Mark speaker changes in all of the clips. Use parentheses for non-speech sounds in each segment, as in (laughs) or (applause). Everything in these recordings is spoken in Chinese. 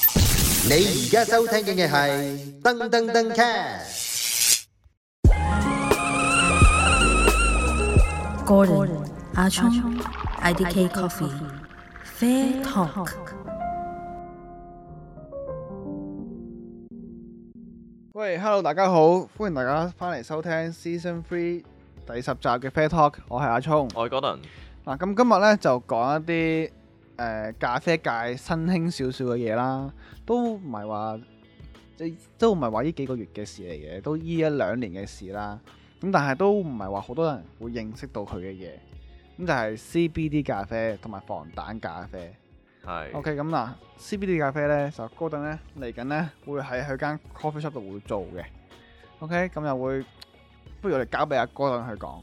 Speaker 1: 你而家收聽嘅係噔噔噔 cast。
Speaker 2: Gordon 阿聰 IDK Coffee Fair Talk。
Speaker 3: 喂，Hello，大家好，歡迎大家翻嚟收聽 Season Three 第十集嘅 Fair Talk，我係阿聰。
Speaker 4: 我係 Gordon，
Speaker 3: 嗱，咁今日咧就講一啲誒、呃咖啡界新興少少嘅嘢啦，都唔係話即都唔係話呢幾個月嘅事嚟嘅，都依一兩年嘅事啦。咁但係都唔係話好多人會認識到佢嘅嘢，咁就係 CBD 咖啡同埋防彈咖啡。
Speaker 4: 係
Speaker 3: OK，咁嗱，CBD 咖啡咧就高登咧嚟緊咧會喺佢間 coffee shop 度會做嘅。OK，咁又會，不如我哋交俾阿高登去講。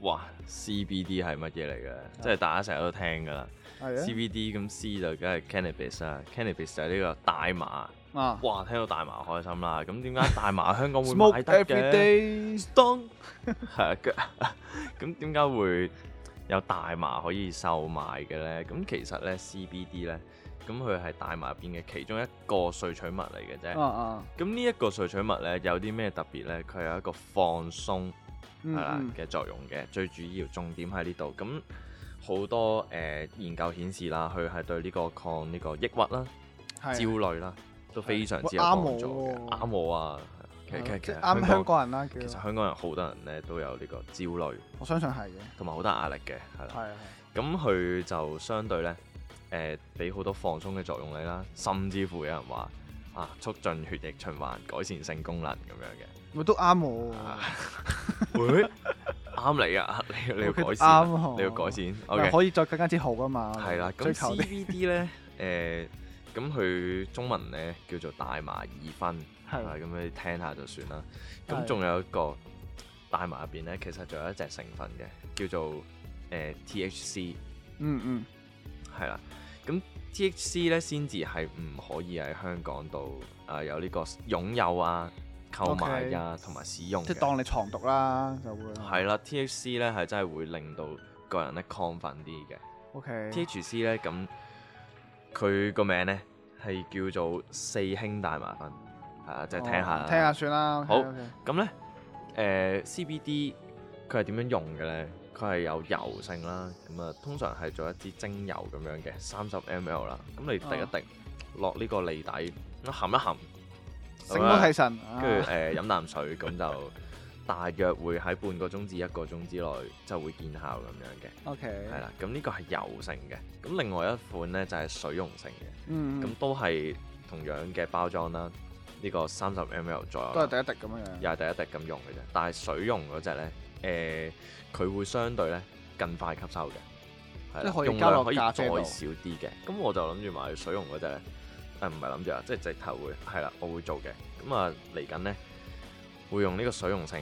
Speaker 4: 哇，CBD 係乜嘢嚟嘅？即係大家成日都聽㗎啦。
Speaker 3: 啊係啊
Speaker 4: CBD 咁 C 就梗係 cannabis 啦，cannabis 就係呢個大麻。
Speaker 3: 啊，啊
Speaker 4: 哇，聽到大麻開心啦。咁點解大麻香港會買
Speaker 3: ，smoke
Speaker 4: 得
Speaker 3: every
Speaker 4: 嘅？
Speaker 3: day。
Speaker 4: 當係啊，咁 (laughs) 咁點解會有大麻可以售賣嘅咧？咁其實咧 CBD 咧，咁佢係大麻入邊嘅其中一個萃取物嚟嘅啫。
Speaker 3: 啊啊，
Speaker 4: 咁呢一個萃取物咧有啲咩特別咧？佢有一個放鬆。
Speaker 3: 嗯
Speaker 4: 係啦
Speaker 3: 嗯
Speaker 4: 啊嘅作用嘅，最主要重點喺呢度。咁好多誒、呃研究顯示啦，佢係對呢個抗呢個抑鬱啦、焦
Speaker 3: 係
Speaker 4: 慮啦都非常之有
Speaker 3: 喂啱
Speaker 4: 幫助嘅，
Speaker 3: 我喎
Speaker 4: 啱我啊！其
Speaker 3: 係
Speaker 4: 實其
Speaker 3: 即
Speaker 4: 實
Speaker 3: 係啱香港人啦，
Speaker 4: 其實
Speaker 3: 叫
Speaker 4: 香港人好多人咧都有呢個焦慮
Speaker 3: 我相信係嘅，
Speaker 4: 同埋好大壓力嘅，係啦。
Speaker 3: 係啊
Speaker 4: 咁佢就相對咧誒，俾、好多放鬆嘅作用你啦，甚至乎有人話啊，促進血液循環、改善性功能咁樣嘅。
Speaker 3: 係，咪都啱我喎。 (laughs)
Speaker 4: 喂，啱你啊！你要你要改善
Speaker 3: 啱
Speaker 4: 啊
Speaker 3: 喎，
Speaker 4: 你要改善。
Speaker 3: 咪
Speaker 4: O
Speaker 3: 哦
Speaker 4: K，
Speaker 3: 可以再更加之好噶嘛。
Speaker 4: 係啦。
Speaker 3: 追
Speaker 4: 咁
Speaker 3: 求啲
Speaker 4: CBD 咧， (laughs) 誒，咁佢中文咧叫做大麻二酚，係啦
Speaker 3: 係
Speaker 4: 咁你聽下就算啦。咁
Speaker 3: 係
Speaker 4: 仲有一個大麻入邊咧，其實仲有一隻成分嘅，叫做誒 THC，
Speaker 3: 嗯嗯
Speaker 4: 係啦。咁 THC 咧先至係唔可以喺香港度啊有呢個擁有啊、購買啊同埋使用嘅。
Speaker 3: 即係當你藏毒啦，就會
Speaker 4: 係啦，THC 咧係真係會令到個人咧亢奮啲嘅。
Speaker 3: OK
Speaker 4: THC 咧咁，佢個名咧係叫做四氫大麻酚，係啊，就係聽下啦。
Speaker 3: 哦聽下算啦。
Speaker 4: 好
Speaker 3: OK，OK
Speaker 4: 咁咧，誒、CBD 佢係點樣用嘅咧？佢係有油性啦，咁啊通常係做一支精油咁樣嘅，三十 ml 啦。咁你
Speaker 3: 哦
Speaker 4: 滴一滴，落呢個脷底，咁含一含，
Speaker 3: 醒目提神，
Speaker 4: 跟
Speaker 3: 啊
Speaker 4: 住誒飲啖水，咁就大約會喺半個鐘至一個鐘之內就會見效咁
Speaker 3: OK，
Speaker 4: 樣嘅，係啦。咁呢個係油性嘅，咁另外一款呢就係水溶性嘅，
Speaker 3: 嗯，
Speaker 4: 咁
Speaker 3: 咁
Speaker 4: 都係同樣嘅包裝啦，呢個三十 ml 左右
Speaker 3: 都
Speaker 4: 啦，
Speaker 3: 係第一滴咁樣樣。
Speaker 4: 又係第一滴咁用嘅啫。但係水溶嗰只呢，誒佢會相對呢更快吸收嘅，係
Speaker 3: 即
Speaker 4: 啦
Speaker 3: 係可以
Speaker 4: 用
Speaker 3: 加
Speaker 4: 量
Speaker 3: 落
Speaker 4: 可以
Speaker 3: 咖
Speaker 4: 再
Speaker 3: 啡
Speaker 4: 少
Speaker 3: 度
Speaker 4: 啲嘅。咁我就諗住買水溶嗰只呢。誒唔係諗住啊，即係直頭會係啦，我會做嘅。咁啊嚟緊呢，會用呢個水溶性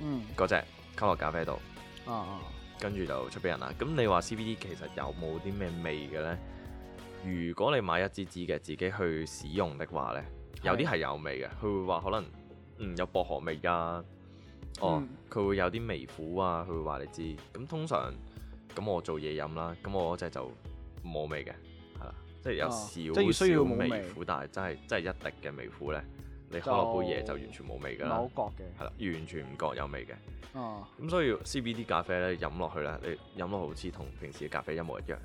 Speaker 3: 嗯
Speaker 4: 嗰只溝落咖啡度，
Speaker 3: 啊啊，
Speaker 4: 跟住就出俾人啦。咁你話 CBD 其實有冇啲咩味嘅呢？如果你買一支支嘅自己去使用的話呢，
Speaker 3: 係
Speaker 4: 有啲係有味嘅，佢會話可能嗯有薄荷味啊，哦
Speaker 3: 嗯
Speaker 4: 佢、會有啲微苦啊，佢會話你知。咁通常咁我做嘢飲啦，咁我嗰只就冇味嘅，係啦，即係有
Speaker 3: 哦
Speaker 4: 少
Speaker 3: 即係需要
Speaker 4: 少
Speaker 3: 冇
Speaker 4: 微
Speaker 3: 味
Speaker 4: 苦，但係真係真係一滴嘅微苦呢，你開落杯嘢就完全冇味
Speaker 3: 唔
Speaker 4: 㗎
Speaker 3: 係
Speaker 4: 啦
Speaker 3: 好，覺嘅。
Speaker 4: 係啦，完全唔覺有味嘅。
Speaker 3: 哦，
Speaker 4: 咁所以 CBD 咖啡咧飲落去咧，你飲落好似同平時嘅咖啡一模一樣。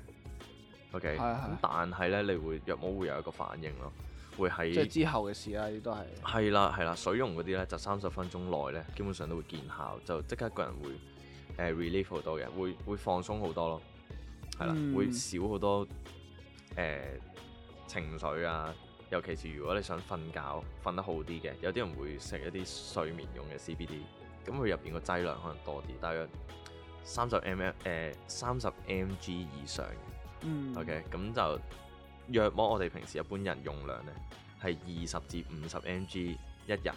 Speaker 4: OK，
Speaker 3: 係啊係
Speaker 4: 咁但係咧，你會藥冇會有一個反應咯，會
Speaker 3: 即係
Speaker 4: 喺
Speaker 3: 之後嘅事啦，呢都係。
Speaker 4: 係啦係啦，水溶嗰啲咧就三十分鐘內咧，基本上都會見效，就即刻個人會誒、relief 好多嘅，會會放鬆好多咯，係啦，
Speaker 3: 嗯
Speaker 4: 會少好多誒、呃情緒啊。尤其是如果你想瞓覺瞓得好啲嘅，有啲人會食一啲睡眠用嘅 CBD，咁佢入邊個劑量可能多啲，大約三十 ml 誒三十 mg 以上嘅。
Speaker 3: 嗯
Speaker 4: OK，咁就約摸我哋平時一般人用量呢，係二十至五十 mg 一日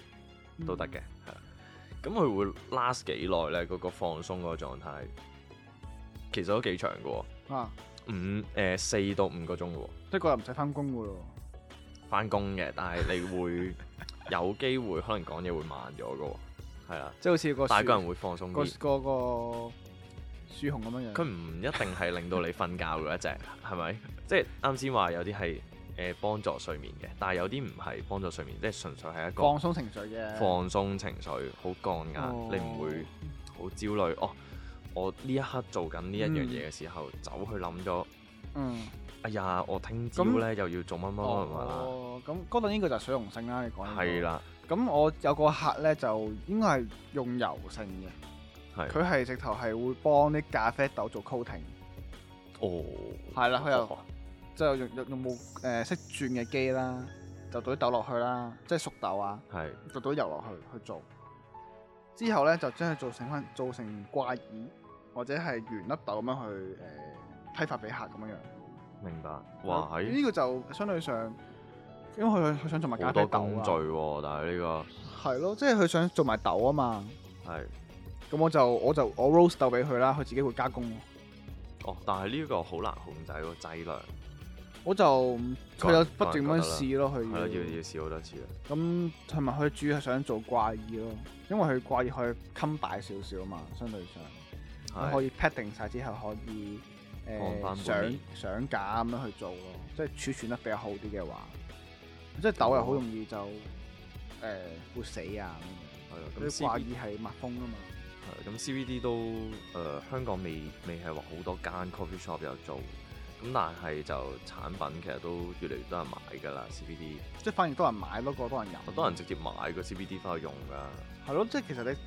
Speaker 3: 嗯
Speaker 4: 都得嘅，係啦、咁佢會 last 幾耐呢？嗰、個放鬆嗰個狀態其實都幾長嘅喎，
Speaker 3: 啊，
Speaker 4: 五誒四到五個鐘嘅喎，
Speaker 3: 即係個人唔使翻工噶咯。
Speaker 4: 翻工嘅，
Speaker 3: (laughs)
Speaker 4: 但係你會有機會可能講嘢會慢咗嘅喎，係啦，
Speaker 3: 即係好似個
Speaker 4: 但係
Speaker 3: 樹
Speaker 4: 個人會放鬆
Speaker 3: 個
Speaker 4: 啲。
Speaker 3: 個個樹熊咁樣樣。 (laughs)
Speaker 4: 佢唔一定係令到你瞓覺嘅一隻，係咪？即係啱先話有啲係誒幫助睡眠嘅，但係有啲唔係幫助睡眠，即係純粹係一個
Speaker 3: 放鬆情緒嘅，
Speaker 4: 放鬆情緒，好降壓，
Speaker 3: 哦
Speaker 4: 你唔會好焦慮。哦，我呢一刻做緊呢一樣嘢嘅時候，走去諗咗，
Speaker 3: 嗯，
Speaker 4: 哎呀，我聽朝
Speaker 3: 咁
Speaker 4: 咧又要做乜乜乜乜啦，
Speaker 3: 哦，咁嗰度應該就係水溶性啦，你講呢個
Speaker 4: 啊係。啦，
Speaker 3: 咁我有個客咧就應該係用油性嘅，
Speaker 4: 係
Speaker 3: 佢係直頭係會幫啲咖啡豆做 coating，
Speaker 4: 哦，
Speaker 3: 係啦，佢又即係用用用部誒識轉嘅機啦，就倒啲豆落去啦，即係熟豆啊，
Speaker 4: 係
Speaker 3: 就倒啲油落去去做，之後咧就將佢做成翻做成掛耳或者係圓粒豆咁樣去誒、批發俾客咁樣樣。
Speaker 4: 明白。哇，喺
Speaker 3: 哦呢個就相對上，因為佢佢想做埋咖
Speaker 4: 好
Speaker 3: 啡
Speaker 4: 多
Speaker 3: 豆
Speaker 4: 工序
Speaker 3: 啊，
Speaker 4: 喎，但係呢
Speaker 3: 係咯，即係佢想做埋豆啊嘛。
Speaker 4: 個係
Speaker 3: 咁我就我就我 roast 豆俾佢啦，佢自己會加工咯。
Speaker 4: 哦，但係呢個好難控制個劑量，
Speaker 3: 我就
Speaker 4: 嗯
Speaker 3: 佢就不斷咁樣試咯，
Speaker 4: 係咯，要
Speaker 3: 佢
Speaker 4: 要試好多次啦。
Speaker 3: 咁同埋佢主要係想做掛耳咯，因為佢掛耳佢襟擺少少啊嘛，相對上佢可
Speaker 4: 係
Speaker 3: 以 pat 定晒之後可以
Speaker 4: 放
Speaker 3: 誒
Speaker 4: 返本
Speaker 3: 上
Speaker 4: 面
Speaker 3: 上架咁樣去做咯，即係儲存得比較好啲嘅話，即係豆又好容易就誒、會死啊咁樣。
Speaker 4: 係啦，
Speaker 3: 佢
Speaker 4: 咁
Speaker 3: 掛
Speaker 4: C
Speaker 3: 耳係密封噶嘛，
Speaker 4: 係咁 CBD 都誒、呃香港未未係話好多間 coffee shop 有做，咁但係就產品其實都越嚟越多人買㗎啦。CBD
Speaker 3: 即係反而多人買多過多人飲。
Speaker 4: 好啊多人直接買個 CBD 翻去用㗎，
Speaker 3: 係咯，即係其實你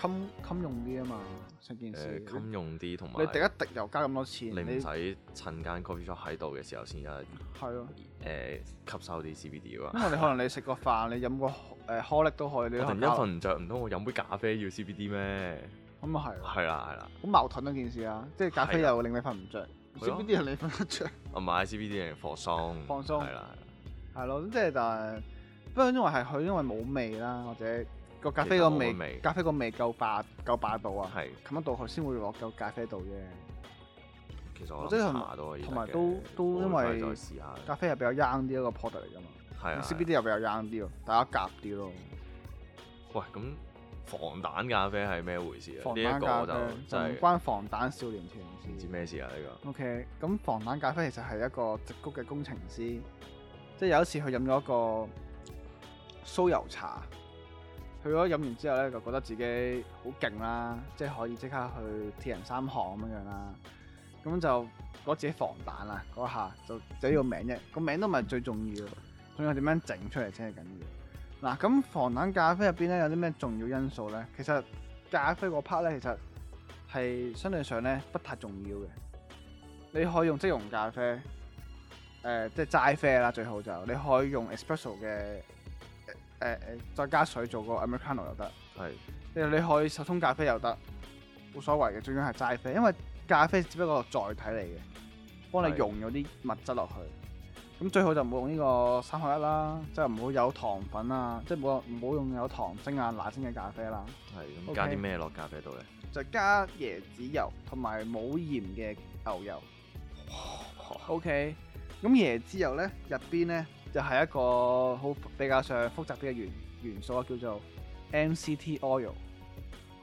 Speaker 3: 襟襟用啲啊嘛，成件
Speaker 4: 誒、
Speaker 3: 事。
Speaker 4: 呃襟用啲同埋
Speaker 3: 你滴一滴又加咁多錢，
Speaker 4: 你唔
Speaker 3: 你
Speaker 4: 使趁間 coffee shop 喺度嘅時候先有誒、
Speaker 3: 係咯，
Speaker 4: 呃吸收啲 CBD 㗎
Speaker 3: 因
Speaker 4: 嘛。 (laughs)
Speaker 3: 為你可能你食個飯，你飲個誒可力都可以，你
Speaker 4: 我
Speaker 3: 可
Speaker 4: 突然
Speaker 3: 能
Speaker 4: 一瞓唔着，唔通我飲杯咖啡要 CBD 咩？
Speaker 3: 咁啊係，
Speaker 4: 係啦係啦，
Speaker 3: 好矛盾嗰件事啊！即係咖啡
Speaker 4: 係啊
Speaker 3: 又令你瞓唔着，
Speaker 4: 係咯
Speaker 3: CBD 又令你瞓得着， (laughs)
Speaker 4: 我買 CBD 嚟放鬆，
Speaker 3: 放鬆
Speaker 4: 係啦係啦，
Speaker 3: 係咯，即係但係不過因為係佢因為冇味啦，或者個咖啡
Speaker 4: 其
Speaker 3: 個
Speaker 4: 實冇乜
Speaker 3: 味
Speaker 4: 味，
Speaker 3: 咖啡個味夠霸夠霸道啊，
Speaker 4: 係
Speaker 3: 冚得到佢先會落嚿咖啡度啫。
Speaker 4: 其實我
Speaker 3: 即係
Speaker 4: 諗
Speaker 3: 同埋
Speaker 4: 茶都可以得
Speaker 3: 同埋
Speaker 4: 嘅
Speaker 3: 都都
Speaker 4: 我會
Speaker 3: 因
Speaker 4: 翻去
Speaker 3: 為
Speaker 4: 再試下啊
Speaker 3: 咖啡係比較 young 啲一個 product 嚟㗎嘛。
Speaker 4: 係啊。
Speaker 3: CBD 又比較 young 啲咯，大家夾啲咯。
Speaker 4: 喂，咁防彈咖啡係咩回事啊？
Speaker 3: 防
Speaker 4: 呢一
Speaker 3: 彈咖
Speaker 4: 個
Speaker 3: 啡
Speaker 4: 就
Speaker 3: 就唔
Speaker 4: 真係
Speaker 3: 關防彈少年團
Speaker 4: 唔知
Speaker 3: 事。
Speaker 4: 咩事啊！呢
Speaker 3: OK，咁防彈咖啡其實係一個矽谷嘅工程師，即係有一次佢飲咗一個酥油茶，佢嗰飲完之後咧就覺得自己好勁啦，即係可以即刻去鐵人三項咁樣樣啦。咁就覺得自己防彈啦，嗰下就就呢個名啫，個名都唔係最重要，仲要點樣整出嚟先係緊要。嗱，咁防彈咖啡入邊咧有啲咩重要因素咧？其實咖啡嗰 part 咧，其實係相對上咧不太重要嘅。你可以用即溶咖啡，誒、即係齋啡啦，最好就你可以用 espresso 嘅誒誒、誒再加水做個 americano 又得，
Speaker 4: 個係
Speaker 3: 你你可以手沖咖啡又得，冇所謂嘅，最緊係齋啡，因為咖啡只不過係載體嚟嘅，幫你
Speaker 4: 係
Speaker 3: 溶咗啲物質落去。咁最好就唔好用呢個三合一啦，即係唔好有糖粉啊，即係冇唔好用有糖精啊、奶精嘅咖啡啦，OK
Speaker 4: 係咁加啲咩落咖啡度咧？
Speaker 3: 就加椰子油同埋冇鹽嘅牛油。
Speaker 4: 好
Speaker 3: OK，咁椰子油咧入邊咧就係、一個好比較上複雜啲嘅元元素啊，叫做 MCT oil。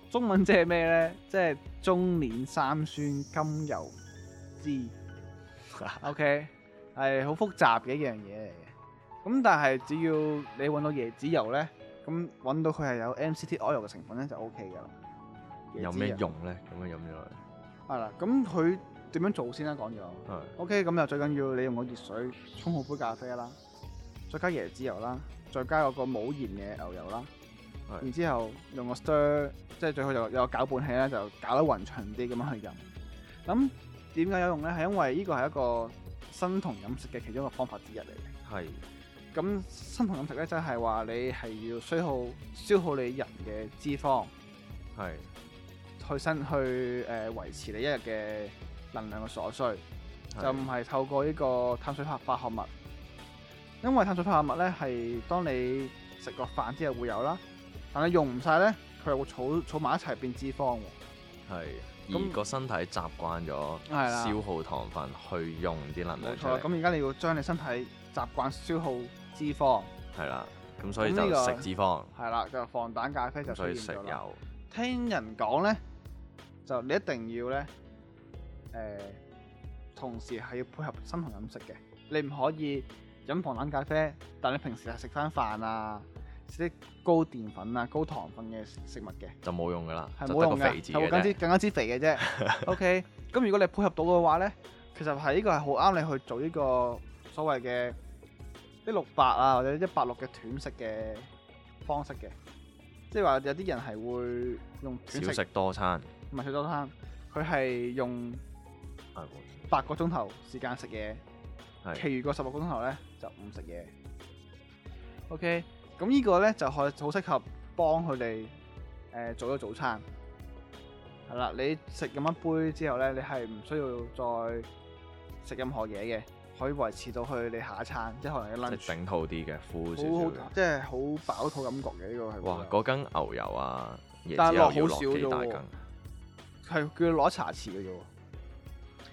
Speaker 3: 中文即係咩咧？即係中鏈三酸甘油
Speaker 4: (laughs)
Speaker 3: 酯。OK，係好複雜嘅一樣嘢嚟嘅。咁但係只要你揾到椰子油咧，咁揾到佢係有 MCT oil 嘅成分咧就 OK 㗎啦。椰
Speaker 4: 有
Speaker 3: 子
Speaker 4: 咩
Speaker 3: 油？
Speaker 4: 用咧？咁樣飲咗落
Speaker 3: 係啦，咁佢點樣做先啦？講咗。
Speaker 4: 嚟，
Speaker 3: OK，咁就最緊要你用個熱水沖好杯咖啡啦，再加椰子油啦，再加嗰個冇鹽嘅牛油啦，
Speaker 4: 係
Speaker 3: 然之後用個 stir，即係最好就有個攪拌器咧，就攪得勻勻啲咁樣去飲。咁點解有用咧？係因為呢個係一個生酮飲食嘅其中一個方法之一嚟嘅。
Speaker 4: 係
Speaker 3: 咁生酮飲食咧，即係話你係要消耗消耗你人嘅脂肪
Speaker 4: 係
Speaker 3: 去身去誒、呃、維持你一日嘅能量嘅所需。
Speaker 4: 係
Speaker 3: 就唔係透過呢個碳水化化合物，因為碳水化合物咧係當你食個飯之後會有啦，但係用唔晒咧，佢又會儲儲埋一齊變脂肪喎。
Speaker 4: 係。
Speaker 3: 咁
Speaker 4: 而個身體習慣咗
Speaker 3: 係啦
Speaker 4: 消耗糖分去用啲能
Speaker 3: 冇
Speaker 4: 量出
Speaker 3: 錯啦，
Speaker 4: 嚟，
Speaker 3: 咁而家你要將你身體習慣消耗脂肪，
Speaker 4: 係啦。咁所以
Speaker 3: 咁呢
Speaker 4: 就
Speaker 3: 個
Speaker 4: 食脂肪，
Speaker 3: 係啦，就防彈咖啡就
Speaker 4: 咁所
Speaker 3: 出
Speaker 4: 以
Speaker 3: 現
Speaker 4: 食
Speaker 3: 咗啦。
Speaker 4: 油
Speaker 3: 聽人講咧，就你一定要咧，誒、同時係要配合生酮飲食嘅，你唔可以飲糖冷咖啡，但你平時係食翻飯啊，食啲高澱粉啊、高糖分嘅食物嘅，
Speaker 4: 就冇用噶啦，
Speaker 3: 係
Speaker 4: 就
Speaker 3: 冇
Speaker 4: 得個
Speaker 3: 用嘅，
Speaker 4: 肥字
Speaker 3: 係會
Speaker 4: 嘅
Speaker 3: 更之
Speaker 4: 啫。
Speaker 3: 更加之肥嘅
Speaker 4: (laughs)
Speaker 3: 啫。OK，咁如果你配合到嘅話咧，其實係呢個係好啱你去做呢個所謂嘅一六八啊或者一八六嘅斷食嘅方式嘅，即係話有啲人係會用斷
Speaker 4: 少
Speaker 3: 食
Speaker 4: 食多餐，
Speaker 3: 唔係水多餐，佢係用
Speaker 4: 係喎
Speaker 3: 八個鐘頭時間食嘢。
Speaker 4: 係
Speaker 3: 其餘個十六個鐘頭咧就唔食嘢。OK，咁呢個咧就可好適合幫佢哋誒做咗早餐。係啦，你食咁一杯之後咧，你係唔需要再食任何嘢嘅，可以維持到去你下一餐，即係可能一
Speaker 4: 即
Speaker 3: lunch，
Speaker 4: 係整套啲嘅，敷少
Speaker 3: 好好
Speaker 4: 少嘅。
Speaker 3: 即係好飽肚感覺嘅呢個係會有。
Speaker 4: 哇！嗰羹牛油啊，椰
Speaker 3: 但係
Speaker 4: 子油
Speaker 3: 落好
Speaker 4: 要落
Speaker 3: 少
Speaker 4: 幾
Speaker 3: 啫
Speaker 4: 大
Speaker 3: 喎
Speaker 4: 羹？
Speaker 3: 係叫佢攞茶匙嘅啫喎。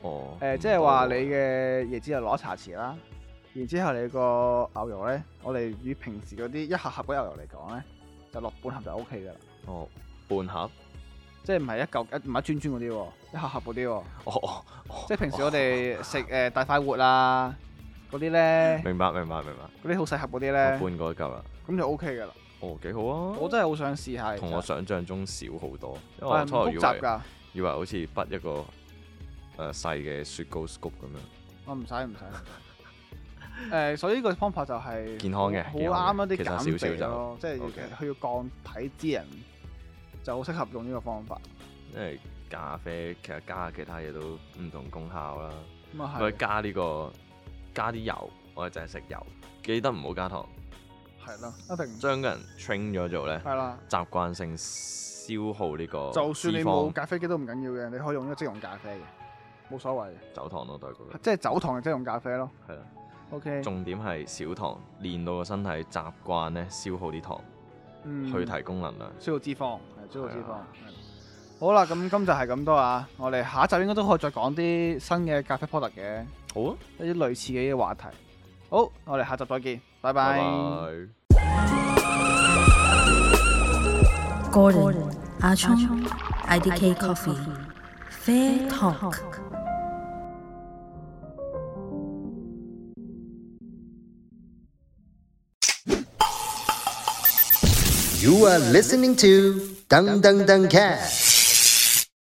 Speaker 4: 哦，
Speaker 3: 誒，
Speaker 4: 唔
Speaker 3: 呃即係話你
Speaker 4: 多喎
Speaker 3: 嘅椰子油攞茶匙啦，然之後你個牛油咧，我哋與平時嗰啲一盒盒嘅牛油嚟講咧，就落半盒就 O K 噶啦，
Speaker 4: 哦半盒， (laughs)
Speaker 3: 即係唔係一嚿一唔係一磚磚嗰啲喎，一盒盒嗰啲喎，
Speaker 4: 哦哦哦，
Speaker 3: 即係平時我哋食誒大快活啊嗰啲咧，
Speaker 4: 明白明白明白，
Speaker 3: 嗰啲好細盒嗰啲
Speaker 4: 我
Speaker 3: 咧
Speaker 4: 半，嗰一嚿啦。
Speaker 3: 咁就 O K 噶啦。
Speaker 4: 哦，幾好啊！
Speaker 3: 我真係好想試下，
Speaker 4: 同我想象中少好多，因
Speaker 3: 係
Speaker 4: 為我
Speaker 3: 唔
Speaker 4: 初頭以
Speaker 3: 複雜
Speaker 4: 為
Speaker 3: 㗎，
Speaker 4: 以為好似筆一個誒、呃、細嘅雪糕 scoop 咁樣，
Speaker 3: 我哦唔使唔使。 (laughs) 誒，所以呢個方法就係
Speaker 4: 健康嘅
Speaker 3: 好
Speaker 4: 健康嘅
Speaker 3: 啱一啊啲
Speaker 4: 其實
Speaker 3: 減
Speaker 4: 少少
Speaker 3: 肥
Speaker 4: 就
Speaker 3: 咯，即係
Speaker 4: OK
Speaker 3: 佢要降體脂人就好適合用呢個方法。
Speaker 4: 因為咖啡其實加其他嘢都唔同功效啦。
Speaker 3: 咁啊
Speaker 4: 佢
Speaker 3: 係，
Speaker 4: 加呢、個加啲油，我哋淨係食油，記得唔好加糖，
Speaker 3: 係啦，一定
Speaker 4: 將個人 train 咗做咧，
Speaker 3: 係啦。
Speaker 4: 習慣性消耗呢個
Speaker 3: 就算你冇
Speaker 4: 脂肪
Speaker 3: 咖啡機都唔緊要嘅，你可以用呢個即溶咖啡嘅，冇所謂嘅。
Speaker 4: 走糖咯，對嗰個
Speaker 3: 即係走糖嘅即溶咖啡咯。
Speaker 4: 係啦。
Speaker 3: OK，
Speaker 4: 重點係少糖，練到個身體習慣咧消耗啲糖，
Speaker 3: 嗯
Speaker 4: 去提供能量。
Speaker 3: 消耗脂肪，係消耗脂肪。
Speaker 4: 係
Speaker 3: 係
Speaker 4: 啊
Speaker 3: 好啦，咁今集係咁多啊！我哋下一集應該都可以再講啲新嘅咖啡 product 嘅，
Speaker 4: 好啊，
Speaker 3: 一啲類似嘅呢個話題。好，我哋下集再見，拜
Speaker 4: 拜
Speaker 3: 拜。
Speaker 4: 拜。
Speaker 2: Gordon, Ah Chong, IDK Coffee, Fair Talk.
Speaker 1: You are listening to Dung Dung Dung Cat.